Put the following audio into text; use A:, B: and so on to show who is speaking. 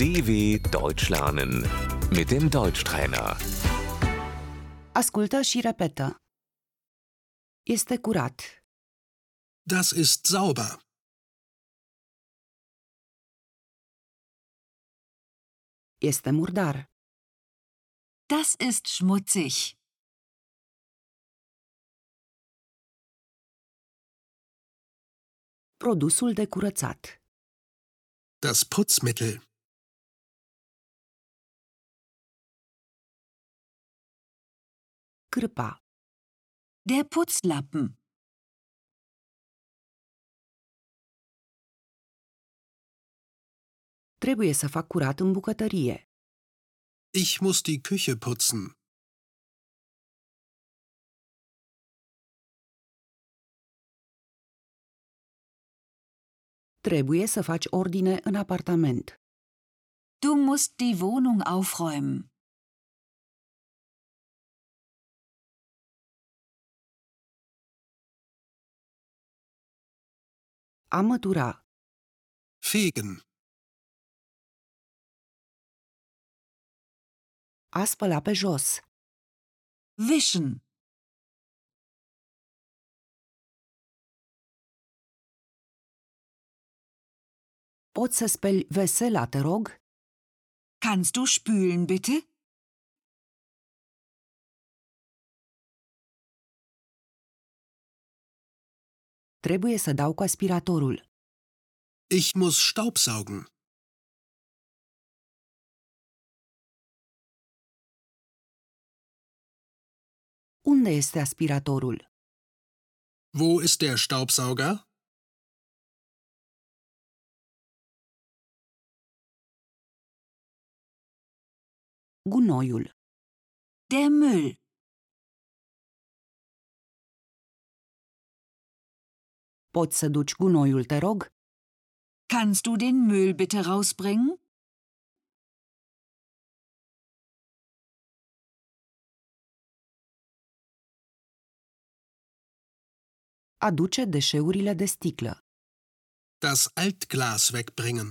A: DW Deutsch lernen mit dem Deutschtrainer.
B: Ascultă și repetă. Este curat.
C: Das ist sauber.
B: Este murdar.
D: Das ist schmutzig.
B: Produsul de curățat.
C: Das Putzmittel.
B: Cârpa.
D: Der Putzlappen.
B: Trebuie să fac curat în bucătărie.
C: Ich muss die Küche putzen.
B: Trebuie să faci ordine în apartament.
D: Du musst die Wohnung aufräumen.
B: A mătura.
C: Fegen.
B: A spăla pe jos.
D: Wischen.
B: Poți să speli vesela, te rog?
D: Kannst du spülen bitte?
B: Trebuie să dau cu aspiratorul.
C: Ich muss Staubsaugen.
B: Unde este aspiratorul?
C: Wo ist der Staubsauger?
B: Gunoiul.
D: Der Müll.
B: Poți să duci gunoiul, te rog?
D: Kannst du den Müll bitte rausbringen?
B: Aduce deșeurile de sticlă.
C: Das Altglas wegbringen.